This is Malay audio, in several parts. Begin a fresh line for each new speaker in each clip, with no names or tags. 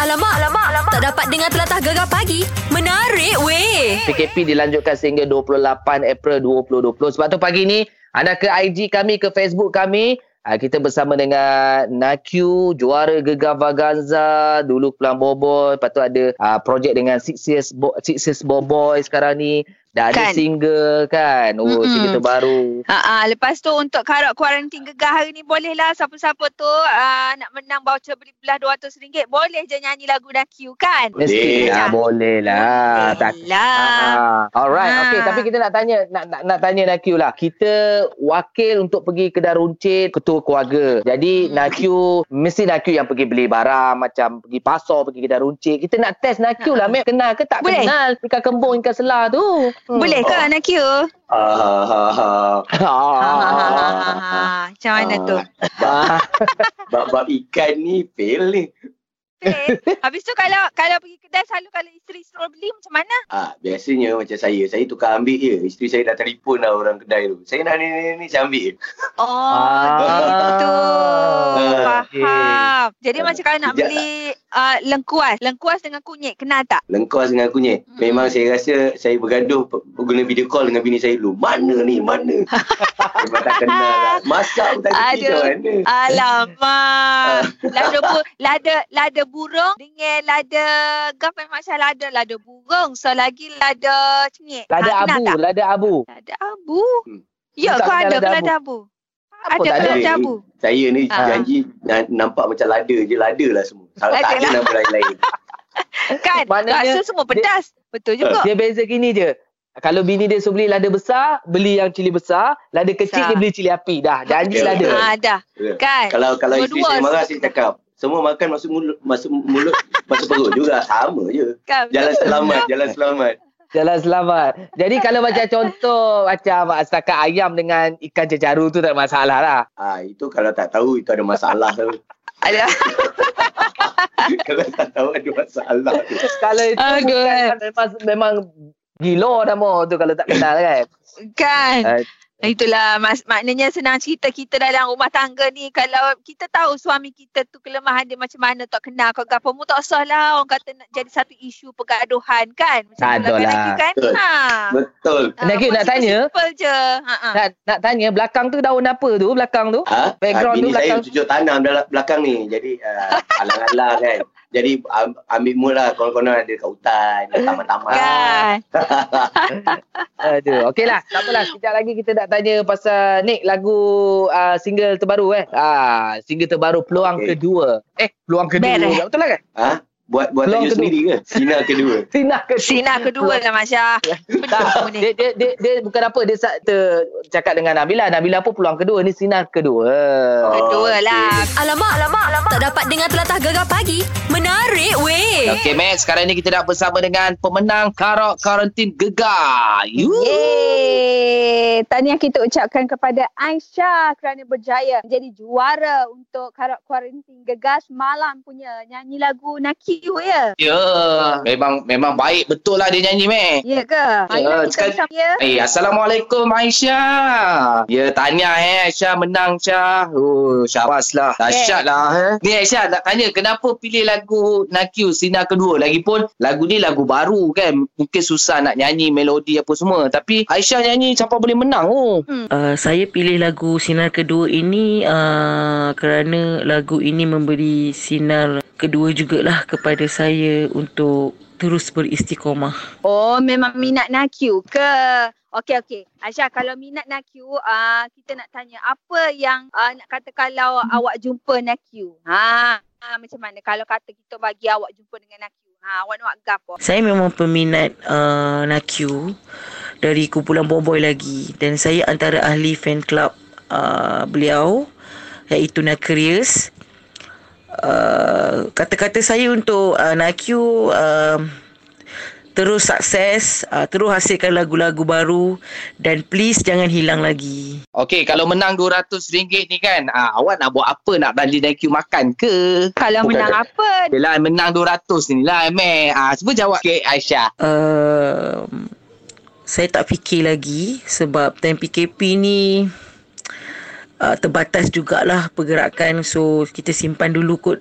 Alamak, alamak, alamak. Tak dapat dengar telatah gegar pagi. Menarik weh.
PKP dilanjutkan sehingga 28 April 2020. Sebab tu pagi ni anda ke IG kami, ke Facebook kami. Ah, Kita bersama dengan Nakyu, juara Gegar Vaganza, dulu Pulang Boboi. Lepas tu ada ah, projek dengan Six Years, Bo- Six Years Boboi sekarang ni. Dah ada
Kan.
single kan. Oh,
Mm-mm.
single terbaru.
Ha, lepas tu untuk karok kuarantin gegar hari ni bolehlah siapa-siapa tu uh, nak menang voucher beli belah RM200 boleh je nyanyi lagu Nakiu kan? Boleh.
Mesti ah, boleh lah. Tak
lah.
Ah, alright,
Ah.
okay. Tapi kita nak tanya, nak nak, nak tanya Nakyu lah. Kita wakil untuk pergi kedai runcit ketua keluarga.
Hmm.
Jadi Nakyu mesti Nakyu yang pergi beli barang macam pergi pasar, pergi kedai runcit. Kita nak test Nakyu lah, Mek. Kenal ke
Ah.
tak
Boleh.
kenal ikan kembung, ikan selah tu. Hmm.
Boleh ke oh. Nakiu?
Ah,
Ha, ha, ha, ha, ha, ha.
Ah.
Macam mana tu?
Ah.
Bab-bab ikan ni fail ni.
Boleh. Habis tu kalau kalau pergi kedai selalu kalau isteri suruh beli macam mana?
Ah, biasanya macam saya, saya tukar ambil je. Isteri saya dah telefon lah orang kedai tu. Saya nak ni ni ni, saya ambil je.
Oh,
Ah.
gitu.
Okey.
Faham. Jadi macam kalau nak
Sekejap
beli uh, lengkuas, lengkuas dengan kunyit, kenal tak?
Lengkos dengan kunyit.
Mm-mm.
Memang saya rasa saya bergaduh pe- guna video call dengan bini saya dulu. Mana ni? Mana? Memang tak kenal lah. Masak pun tak kerti
Aduh.
macam mana.
Alamak. lada bu, lada lada burung dengan lada gaf memang macam lada lada burung. So lagi lada cengit.
Lada
Ah, kenal
abu,
tak?
lada abu.
Lada abu.
Hmm.
Ya,
Tak
kau
kenal
ada
lada
ke lada abu?
Apa
Ada ke
tak ada?
lada abu?
Saya ni
Ah.
janji na- nampak macam lada je. Lada lah semua. Tak,
Lada
tak ada
lah.
nama lain-lain.
Kan?
Maknanya
Rasa semua pedas. Betul juga.
Dia beza gini je. Kalau bini dia suruh beli lada besar, beli yang cili besar. Lada kecil,
Besar.
dia beli cili api. Dah, janji
Betul.
lada.
Ah, dah.
Ya.
Kan?
Kalau kalau isteri
Dua-dua
saya marah
sebab-
saya cakap semua makan masuk mulut masuk mulut masuk perut juga sama je.
Kan?
Jalan selamat, jalan selamat.
Jalan selamat. Jadi kalau macam contoh macam setakat ayam dengan ikan cecaru tu tak ada masalah lah.
Ah itu kalau tak tahu itu ada masalah tu.
Alah.
kalau tak tahu ada masalah tu.
Kalau itu
Aduh, eh.
bukan, memang, memang gila nama tu kalau tak kenal kan.
Kan?
Ah.
Itulah mas, maknanya senang cerita kita dalam rumah tangga ni kalau kita tahu suami kita tu kelemahan dia macam mana tak kenal kau gapo mu tak usah lah orang kata nak jadi satu isu pergaduhan kan macam
Tak
tu
ada
lelaki
lah.
kan
Betul.
ha.
Betul.
Ha,
Nak- nak
macam
tanya? Ah.
simple je ha, ha.
Nak, nak tanya belakang tu daun apa tu belakang tu?
Ha?
Background
Background
tu
bini saya
belakang.
cucuk tanam dalam belakang ni. Jadi uh, alang-alang kan. Jadi am- ambil mood lah konon-konon ada kat hutan, kat taman-taman.
kan
Aduh. Okey lah. Tak apalah. Sekejap lagi kita nak tanya pasal Nick lagu uh, single terbaru eh. Ah, single terbaru peluang
Okey.
kedua. Eh, peluang kedua.
Beres.
Tak Betul lah kan?
Ha? Buat buat
Peluang
tajuk
kedua.
sendiri ke? Sina kedua.
Sinah kedua.
Sina kedua lah Masya
Tak, dia, dia, dia, dia bukan apa dia sa- ter, cakap dengan Nabila Nabila pun peluang kedua ni sinar kedua Oh,
kedua lah
Alamak, alamak, alamak. Tak dapat dengar telatah gegar pagi. Menarik weh.
Okey Max, sekarang ni kita dah bersama dengan pemenang Karok Karantin Gegar. You.
Yeay. Tahniah kita ucapkan kepada Aisyah kerana berjaya menjadi juara untuk Karak Kuarantin Gegas malam punya nyanyi lagu Nakiu ya.
Ya, memang memang baik betul lah dia nyanyi Max.
Ya ke? Marilah kita
sekali-
bersama ya.
Eh, Assalamualaikum Aisyah. Ya, tanya eh Aisyah menang Syah. Oh, syabas lah. Dahsyat lah eh. Ni Aisyah nak tanya kenapa pilih lagu Nakyu Sinar Kedua? Lagipun lagu ni lagu baru kan. Mungkin susah nak nyanyi melodi apa semua. Tapi Aisyah nyanyi sampai boleh menang oh.
Uh, saya pilih lagu Sinar Kedua ini uh, kerana lagu ini memberi sinar kedua jugalah kepada saya untuk terus beristiqomah.
Oh memang minat Nakiu ke? Okey okey. Aisyah kalau minat Nakiu uh, kita nak tanya apa yang uh, nak kata kalau awak jumpa Nakiu? Ha, ha macam mana kalau kata kita bagi awak jumpa dengan Nakiu? Ha awak nak gapo?
Saya memang peminat uh, Nakyu dari kumpulan Bomboy lagi dan saya antara ahli fan club uh, beliau iaitu Nakrius. Uh, kata-kata saya untuk uh, Nakyu uh, terus sukses, uh, terus hasilkan lagu-lagu baru dan please jangan hilang lagi.
Okey, kalau menang RM200 ni kan, ah, awak nak buat apa? Nak beli Nakyu makan ke?
kalau
Bukan
menang
tak-
apa
Yelah, lah, menang RM200 ni lah, meh. Ah, cuba jawab sikit, Aisyah.
Uh, saya tak fikir lagi sebab time PKP ni uh, terbatas jugalah pergerakan so kita simpan dulu kot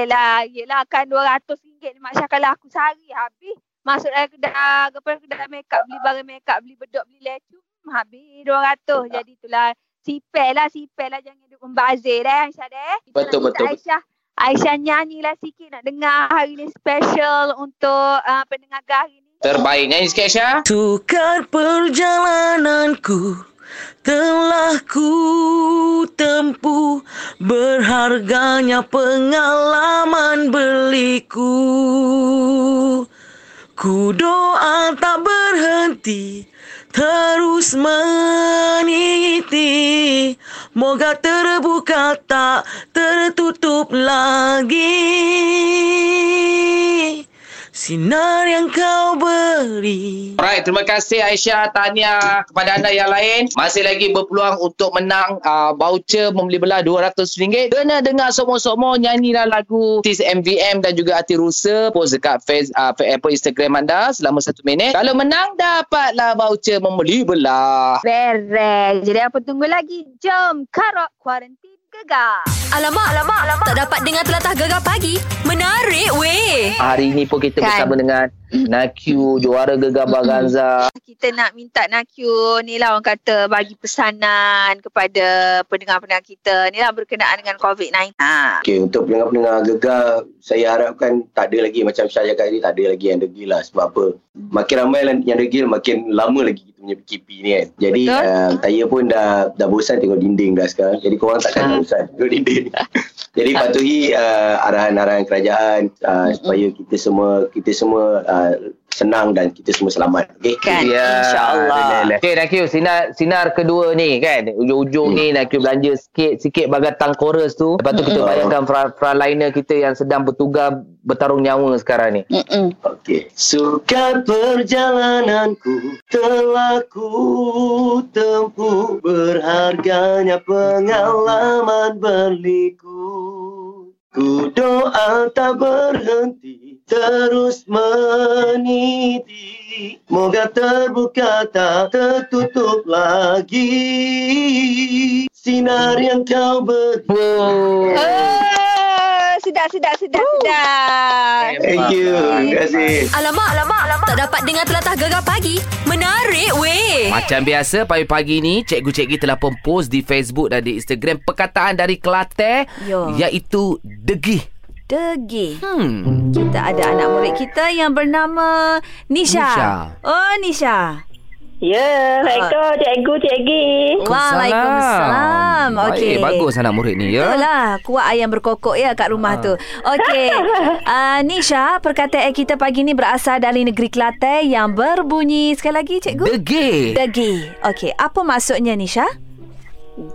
Yelah, yelah kan akan RM200 ni Mak Syah kalau aku sehari habis. Masuk dalam kedai, kepada kedai makeup, beli barang makeup, beli bedok, beli lecu. hmm, Habis RM200. Jadi itulah. Sipel lah, sipel lah. Jangan duk membazir eh Aisyah deh. Kita
Betul,
nak minta
betul,
Aisyah. Aisyah nyanyilah sikit nak dengar hari ni special untuk uh, pendengar hari ni.
Terbaik nyanyi sikit Aisyah.
Tukar perjalananku telah ku tempuh berharganya pengalaman beliku ku doa tak berhenti terus meniti moga terbuka tak tertutup lagi sinar yang kau beri
Alright, terima kasih Aisyah. Tahniah kepada anda yang lain. Masih lagi berpeluang untuk menang uh, voucher membeli belah RM200. Kena dengar somo-somo nyanyilah lagu Tis MVM dan juga Ati Rusa. Post dekat face, uh, apa Instagram anda selama satu minit. Kalau menang, dapatlah voucher membeli belah.
Beres. Jadi apa tunggu lagi? Jom karok kuarantin gegar.
Alamak, alamak, alamak. Tak dapat dengar telatah gegar pagi. Menarik weh.
Hari ini pun kita
Kan.
bersama dengan Nakyu, juara gegar Baganza.
kita nak minta Nakyu ni lah orang kata bagi pesanan kepada pendengar-pendengar kita ni lah berkenaan dengan COVID-19. Ha.
Okey, untuk pendengar-pendengar gegar, saya harapkan tak ada lagi macam saya cakap tadi, tak ada lagi yang degil lah. Sebab apa? Makin ramai lah yang degil, makin lama lagi kita punya PKP ni kan. Jadi,
Betul.
uh, saya pun dah dah bosan tengok dinding dah sekarang. Jadi, korang
Ah.
takkan bosan tengok dinding. Jadi, patuhi uh, arahan-arahan kerajaan uh, supaya kita semua kita semua uh, senang dan kita semua selamat. Okey?
Kan?
InsyaAllah Okay Nakyu Ya. Sinar, sinar kedua ni kan Ujung-ujung ni
Hmm.
Nakyu belanja sikit Sikit bagatang chorus tu Lepas tu kita
Hmm.
bayangkan fra- Frontliner kita yang sedang bertugas Bertarung nyawa sekarang ni
Okey. Suka perjalananku telah ku tempuh berharganya pengalaman berliku. Ku doa tak berhenti terus meniti Moga terbuka tak tertutup lagi Sinar yang kau beri
Wow
Oh, sedap, sedap, sedap, sedap.
Thank you, terima kasih
Alamak, alamak, alamak. Tak dapat dengar telatah gegar pagi. Menarik weh.
Macam biasa pagi-pagi ni cikgu-cikgu telah pun post di Facebook dan di Instagram perkataan dari Kelantan
Yo.
iaitu degih.
Degil.
Hmm.
Kita ada anak murid kita yang bernama Nisha.
Nisha.
Oh, Nisha.
Ya, Assalamualaikum cikgu, cikgi.
Waalaikumsalam. Okey.
Baik, bagus anak murid ni ya. Ah.
Itulah lah. kuah ayam berkokok ya kat rumah tu. Okey. Uh, Nisha, perkataan kita pagi ni berasal dari negeri Kelantan yang berbunyi sekali lagi cikgu.
Degih.
Degi. Okey, apa maksudnya Nisha?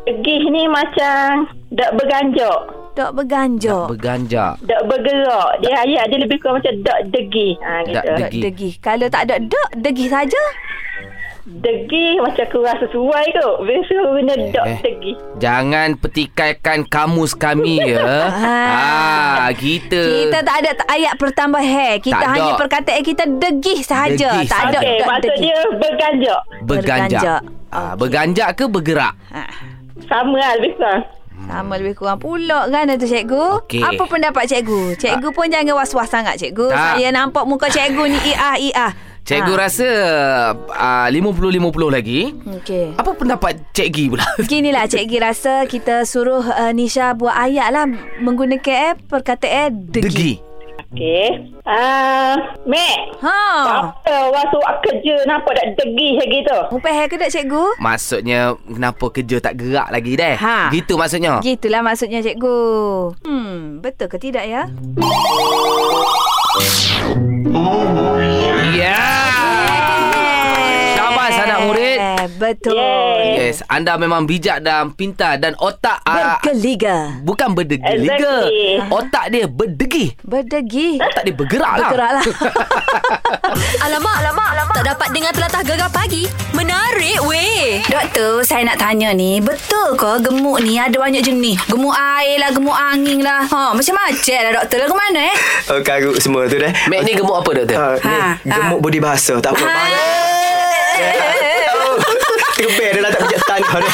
Gih ni macam dak berganjak,
Dok berganjok.
Berganjak.
dak bergerak. Dia ayat dia lebih kurang macam dak degi. Ha
Dak
gitu.
Dok degi. Kalau tak ada dok, degi saja.
Degi macam kurang sesuai kot. Biasa guna dak
Eh.
degi.
Jangan petikaikan kamus kami ya.
Ah.
ah, kita.
Kita tak ada t- ayat pertambah hair. Kita
Tak
hanya
ada.
perkataan kita degih sahaja.
Degih
Tak ada
Okey,
dok
Eh, maksud
degih.
dia berganjak.
berganjak.
berganjak.
Ah, berganjak ke bergerak?
Ha.
Sama lah lebih kurang.
Sama lebih kurang pula kan tu cikgu.
Okey. Ah.
Apa pendapat cikgu? Cikgu pun jangan was-was sangat cikgu.
Tak.
Saya nampak muka cikgu ni iah iah.
Cikgu
ha.
rasa ah, 50-50 lagi.
Okey.
Apa pendapat Cik Gi pula?
Beginilah Cikgi rasa kita suruh uh, Nisha buat ayat lah menggunakan eh, perkataan eh, degi. degi.
Okey. Ah, mek.
Ha.
Apa waktu awak kerja nampak dak degi lagi tu?
Upah ke tak cikgu?
Maksudnya kenapa kerja tak gerak lagi deh?
Ha.
Gitu maksudnya.
Gitulah maksudnya cikgu. Hmm, betul ke tidak ya?
Yeah. Ya. Syabas anak murid.
Eh, betul.
Yeay.
Yes, anda memang bijak dan pintar dan otak ah,
Bergeliga.
bukan berdegil-degil.
Exactly.
Otak dia berdegih.
Berdegi.
Otak dia bergerak lah.
Bergeraklah.
Alamak, alamak, alamak. Tak dapat dengar telatah gegar pagi. Menarik weh.
Doktor, saya nak tanya ni, betul ke gemuk ni ada banyak jenis? Gemuk air lah, gemuk angin lah. Ha, macam-macam lah doktor lah. Ke mana eh?
Oh, karut semua tu dah.
Mek ni gemuk apa doktor?
Uh, ha, ni
Ha,
gemuk body bahasa. Tak apa.
Eh, eh, eh, eh.
Gebel dia lah tak pijak tanah dia.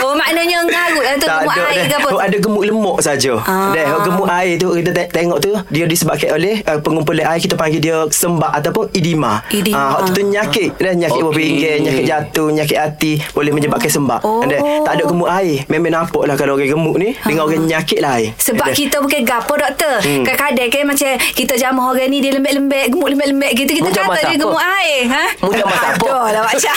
Oh maknanya ngarut lah tu Gemuk air ke
dah.
apa
Oh, ada gemuk lemuk saja.
Ah.
Ah. Dah oh, gemuk air tu kita te- tengok tu dia disebabkan oleh uh, pengumpulan air kita panggil dia sembak ataupun idima.
Edema.
Ah, waktu tu nyakit, dah nyakit okay.
Okey.
pinggir, nyakit jatuh, nyakit hati boleh menyebabkan sembak.
Oh.
Dah, tak ada gemuk air. Memang nampaklah kalau orang gemuk ni dengan orang nyakit lah air.
Ah.
Dah.
sebab kita bukan gapo doktor. Hmm. Kadang-kadang kan macam kita jamah orang ni dia lembek-lembek, gemuk lembek-lembek gitu kita
Mu jamah
kata dia
siapa?
gemuk air, ha?
Mu jamah siapa?
Aduhlah macam.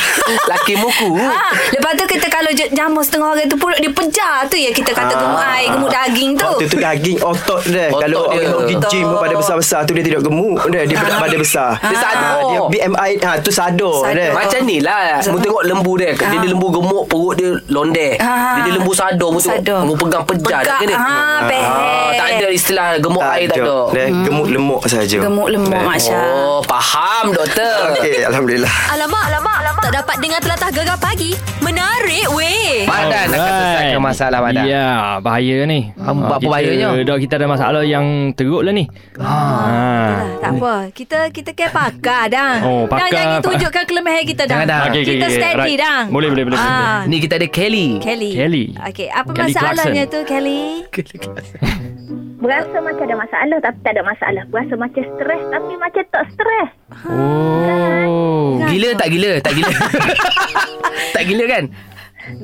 Laki muku.
Ha, lepas tu kita kalau je- jamah setengah orang tu perut dia pejar tu ya kita kata
Ah.
gemuk air, gemuk daging tu.
Waktu tu daging otot dia.
Otot
Kalau
dia.
orang pergi gym pun pada besar-besar tu dia tidak gemuk dia. Dia berat badan besar.
Dia sadar.
Ah, Dia BMI ha, tu sadar
Sadar.
dia.
Macam ni lah Mu tengok lembu dia Dia ni lembu gemuk Perut dia londe
Ah.
Dia ni lembu sadar Mu
Sadar.
tengok Mu pegang pejar
Pegak,
dia.
ah, peher.
Tak ada istilah Gemuk air tak ada
Dia gemuk lemuk saja.
Gemuk lemuk Masya.
Oh faham doktor
Okey, alhamdulillah.
Alamak, alamak, alamak. Tak dapat dengar telatah gegar pagi. Menarik weh.
Badan akan selesaikan masalah badan
Ya bahaya ni
Apa- apa
kita-
bahayanya?
Dok kita ada masalah yang teruk lah ni
Dah, tak apa. Kita kita kan pakar dah.
Oh,
Dah
pakar,
jangan
pakar.
tunjukkan kelemahan kita dah.
Jangan dah.
Okey, okey,
kita
okey,
steady
right.
dah.
Boleh, boleh, boleh, boleh.
Ah,
Ni kita ada Kelly
Kelly.
Kelly.
Okey, apa
Kelly
masalahnya tu Kelly?
Berasa macam ada masalah tapi tak ada masalah. Berasa macam stres tapi macam tak stres.
Oh
Kan?
Gila tak gila Tak gila Tak gila kan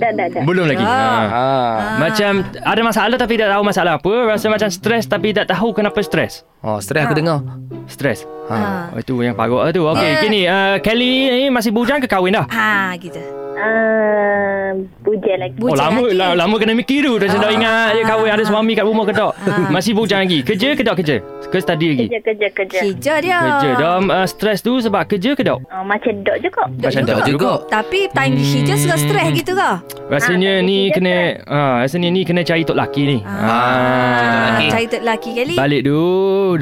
Dah, dah, dah.
Belum lagi ha.
Ah.
Macam ada masalah tapi tak tahu masalah apa Rasa macam stres tapi tak tahu kenapa stres
Oh stres aku dengar
Stres
Ha.
ha. Itu yang parut lah tu Okey
Ya.
gini uh, Kelly ni masih bujang ke kahwin dah?
Ha, gitu.
Uh, Pujian lagi.
oh lama
lagi.
la, lama kena mikir tu Dah sedar ingat je kahwin ada suami kat rumah ke tak Masih bujang lagi Kerja ke tak kerja? Ke study lagi?
Kerja, kerja, kerja.
Kerja dia.
Kerja Dalam uh, stres tu sebab kerja ke tak?
Uh, macam dok juga.
Macam
Tak juga
Tapi time hmm. kerja suka stres gitu ke?
Ah,
Rasanya ni
kerja
kena ha, Rasanya ni kena cari tok laki ni
Ah.
Ah,
Lelaki.
cari tu lelaki Kelly.
Ah, Balik tu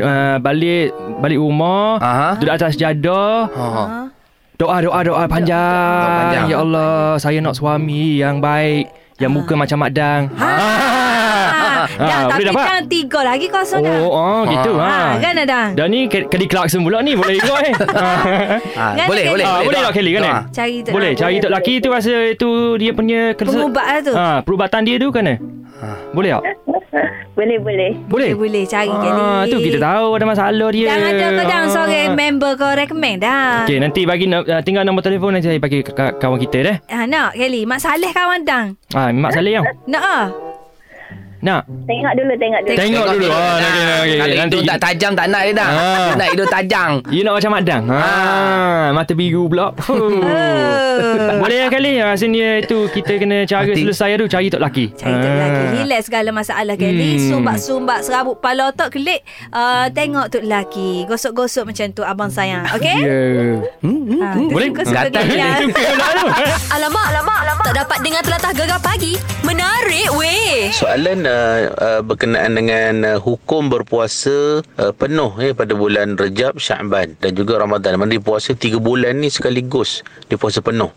uh, Balik Balik rumah
Aha.
Duduk atas jadah
Oh.
Doa doa doa panjang.
Doa panjang.
Ya Allah, saya nak suami yang baik, yang muka macam mak dang.
Ha. Ah, dah,
Ah,
tapi
boleh dapat?
dah tiga lagi kosong dah.
Oh, oh gitu ha.
Ah, kan dah.
Dah ni Ke- Kelly Clarkson pula ni Boleh ikut eh Ah.
Ah,
Kan
boleh,
Kelly?
boleh,
Ah, Boleh
Doa.
tak Kelly kan eh
Doa.
Cari tu.
Boleh cari tok laki tu Rasa tu dia punya kerja-
Pengubatan tu.
Ah, Perubatan dia tu kan eh
Ha.
Boleh tak
boleh, boleh.
Boleh
Boleh cari Kelly.
Ah, Tu kita tahu ada masalah dia
Jangan ada kau jangan
Ah.
seorang member kau recommend dah.
Okey, nanti bagi no- ah, tinggal nombor telefon nanti saya bagi ke- ke- kawan kita deh.
Ha, nak Kelly Mak Saleh kawan dang
Ah, Mak Saleh yang.
Nak ah
Nak.
Tengok dulu, tengok dulu.
Tengok dulu.
Tengok
Ah,
dah.
okey, okey, okey.
Kalau
Nanti
hidung tak tajam tak nak dia dah.
Ah.
Nak hidung tajam.
You nak macam Mak Dang ha,
Ah.
Mata biru pula
Oh.
Fuh. Boleh lah, kali Rasanya itu Kita kena cara
Nanti.
selesai tu Cari tok laki
Cari tu lelaki lah, Relax segala masalah Kelly
Ah. Hmm.
Sumbat-sumbat Serabut kepala otak Kelik uh, Tengok tu lelaki Gosok-gosok macam tu Abang sayang Okay
yeah.
yeah. ha,
Ya. Hmm, Boleh?
Gatal
Gatal. Suka pula tu.
Alamak, alamak, alamak. Tak dapat dengar telatah gegar pagi. Menarik weh.
Soalan uh, uh, berkenaan dengan uh, hukum berpuasa uh, penuh eh, pada bulan Rejab, Sya'ban dan juga Ramadan. Mana dia puasa tiga bulan ni sekaligus. Dia puasa penuh.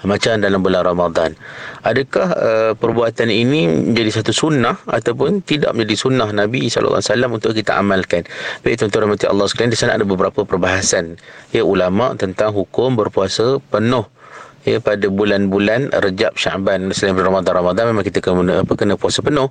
Macam dalam bulan Ramadan. Adakah uh, perbuatan ini menjadi satu sunnah ataupun tidak menjadi sunnah Nabi SAW untuk kita amalkan? Baik tuan-tuan rahmati Allah sekalian, di sana ada beberapa perbahasan ya ulama tentang hukum berpuasa penuh ya pada bulan-bulan Rejab Syaban selain bulan Ramadan Ramadan memang kita kena apa kena puasa penuh.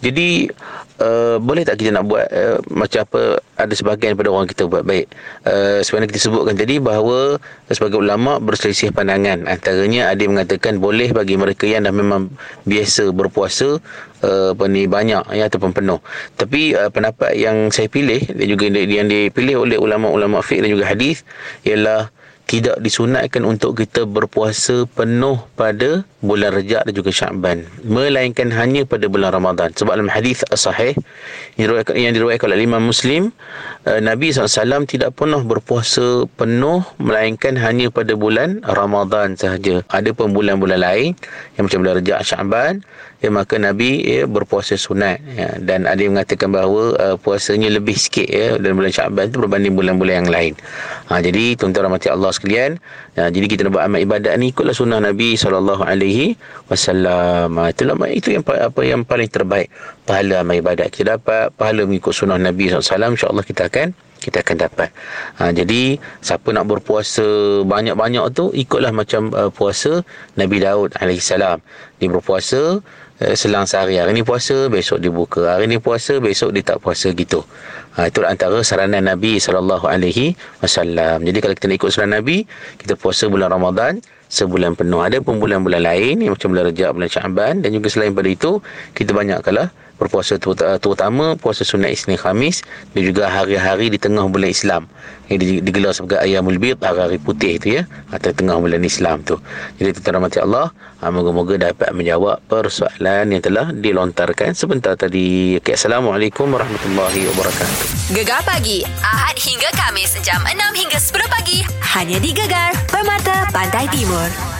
Jadi uh, boleh tak kita nak buat uh, macam apa ada sebahagian daripada orang kita buat baik. Uh, sebenarnya kita sebutkan tadi bahawa sebagai ulama berselisih pandangan. Antaranya ada yang mengatakan boleh bagi mereka yang dah memang biasa berpuasa uh, apa ni banyak ya ataupun penuh. Tapi uh, pendapat yang saya pilih dan juga yang dipilih oleh ulama-ulama fiqh dan juga hadis ialah tidak disunatkan untuk kita berpuasa penuh pada bulan Rejab dan juga Syakban melainkan hanya pada bulan Ramadan sebab dalam hadis sahih yang diriwayatkan, yang diriwayatkan oleh Imam Muslim eh, Nabi SAW tidak pernah berpuasa penuh melainkan hanya pada bulan Ramadan sahaja ada pun bulan-bulan lain yang macam bulan Rejab Syakban ya maka Nabi ya, berpuasa sunat ya, dan ada yang mengatakan bahawa uh, puasanya lebih sikit ya dalam bulan Syaban itu berbanding bulan-bulan yang lain. Ha, jadi tuan-tuan rahmati Allah sekalian, ya, jadi kita nak buat amal ibadat ni ikutlah sunnah Nabi sallallahu alaihi wasallam. Ha, Itulah itu yang pa- apa yang paling terbaik pahala amal ibadat kita dapat pahala mengikut sunnah Nabi SAW insya-Allah kita akan kita akan dapat. Ha, jadi siapa nak berpuasa banyak-banyak tu ikutlah macam uh, puasa Nabi Daud alaihissalam. Dia berpuasa uh, selang sehari. Hari ni puasa, besok dia buka. Hari ni puasa, besok dia tak puasa gitu. Ha, itu antara saranan Nabi sallallahu alaihi wasallam. Jadi kalau kita nak ikut saranan Nabi, kita puasa bulan Ramadan sebulan penuh. Ada pun bulan-bulan lain macam bulan Rejab, bulan Syaban dan juga selain pada itu kita banyakkanlah berpuasa terut- terutama puasa sunat Isnin Khamis dan juga hari-hari di tengah bulan Islam yang di- digelar sebagai Ayamul Bid hari-hari putih tu ya atau tengah bulan Islam tu jadi tuan rahmati Allah ah, moga-moga dapat menjawab persoalan yang telah dilontarkan sebentar tadi okay, Assalamualaikum warahmatullahi wabarakatuh
Gegar pagi Ahad hingga Kamis jam 6 hingga 10 pagi hanya di Gegar Permata Pantai Timur.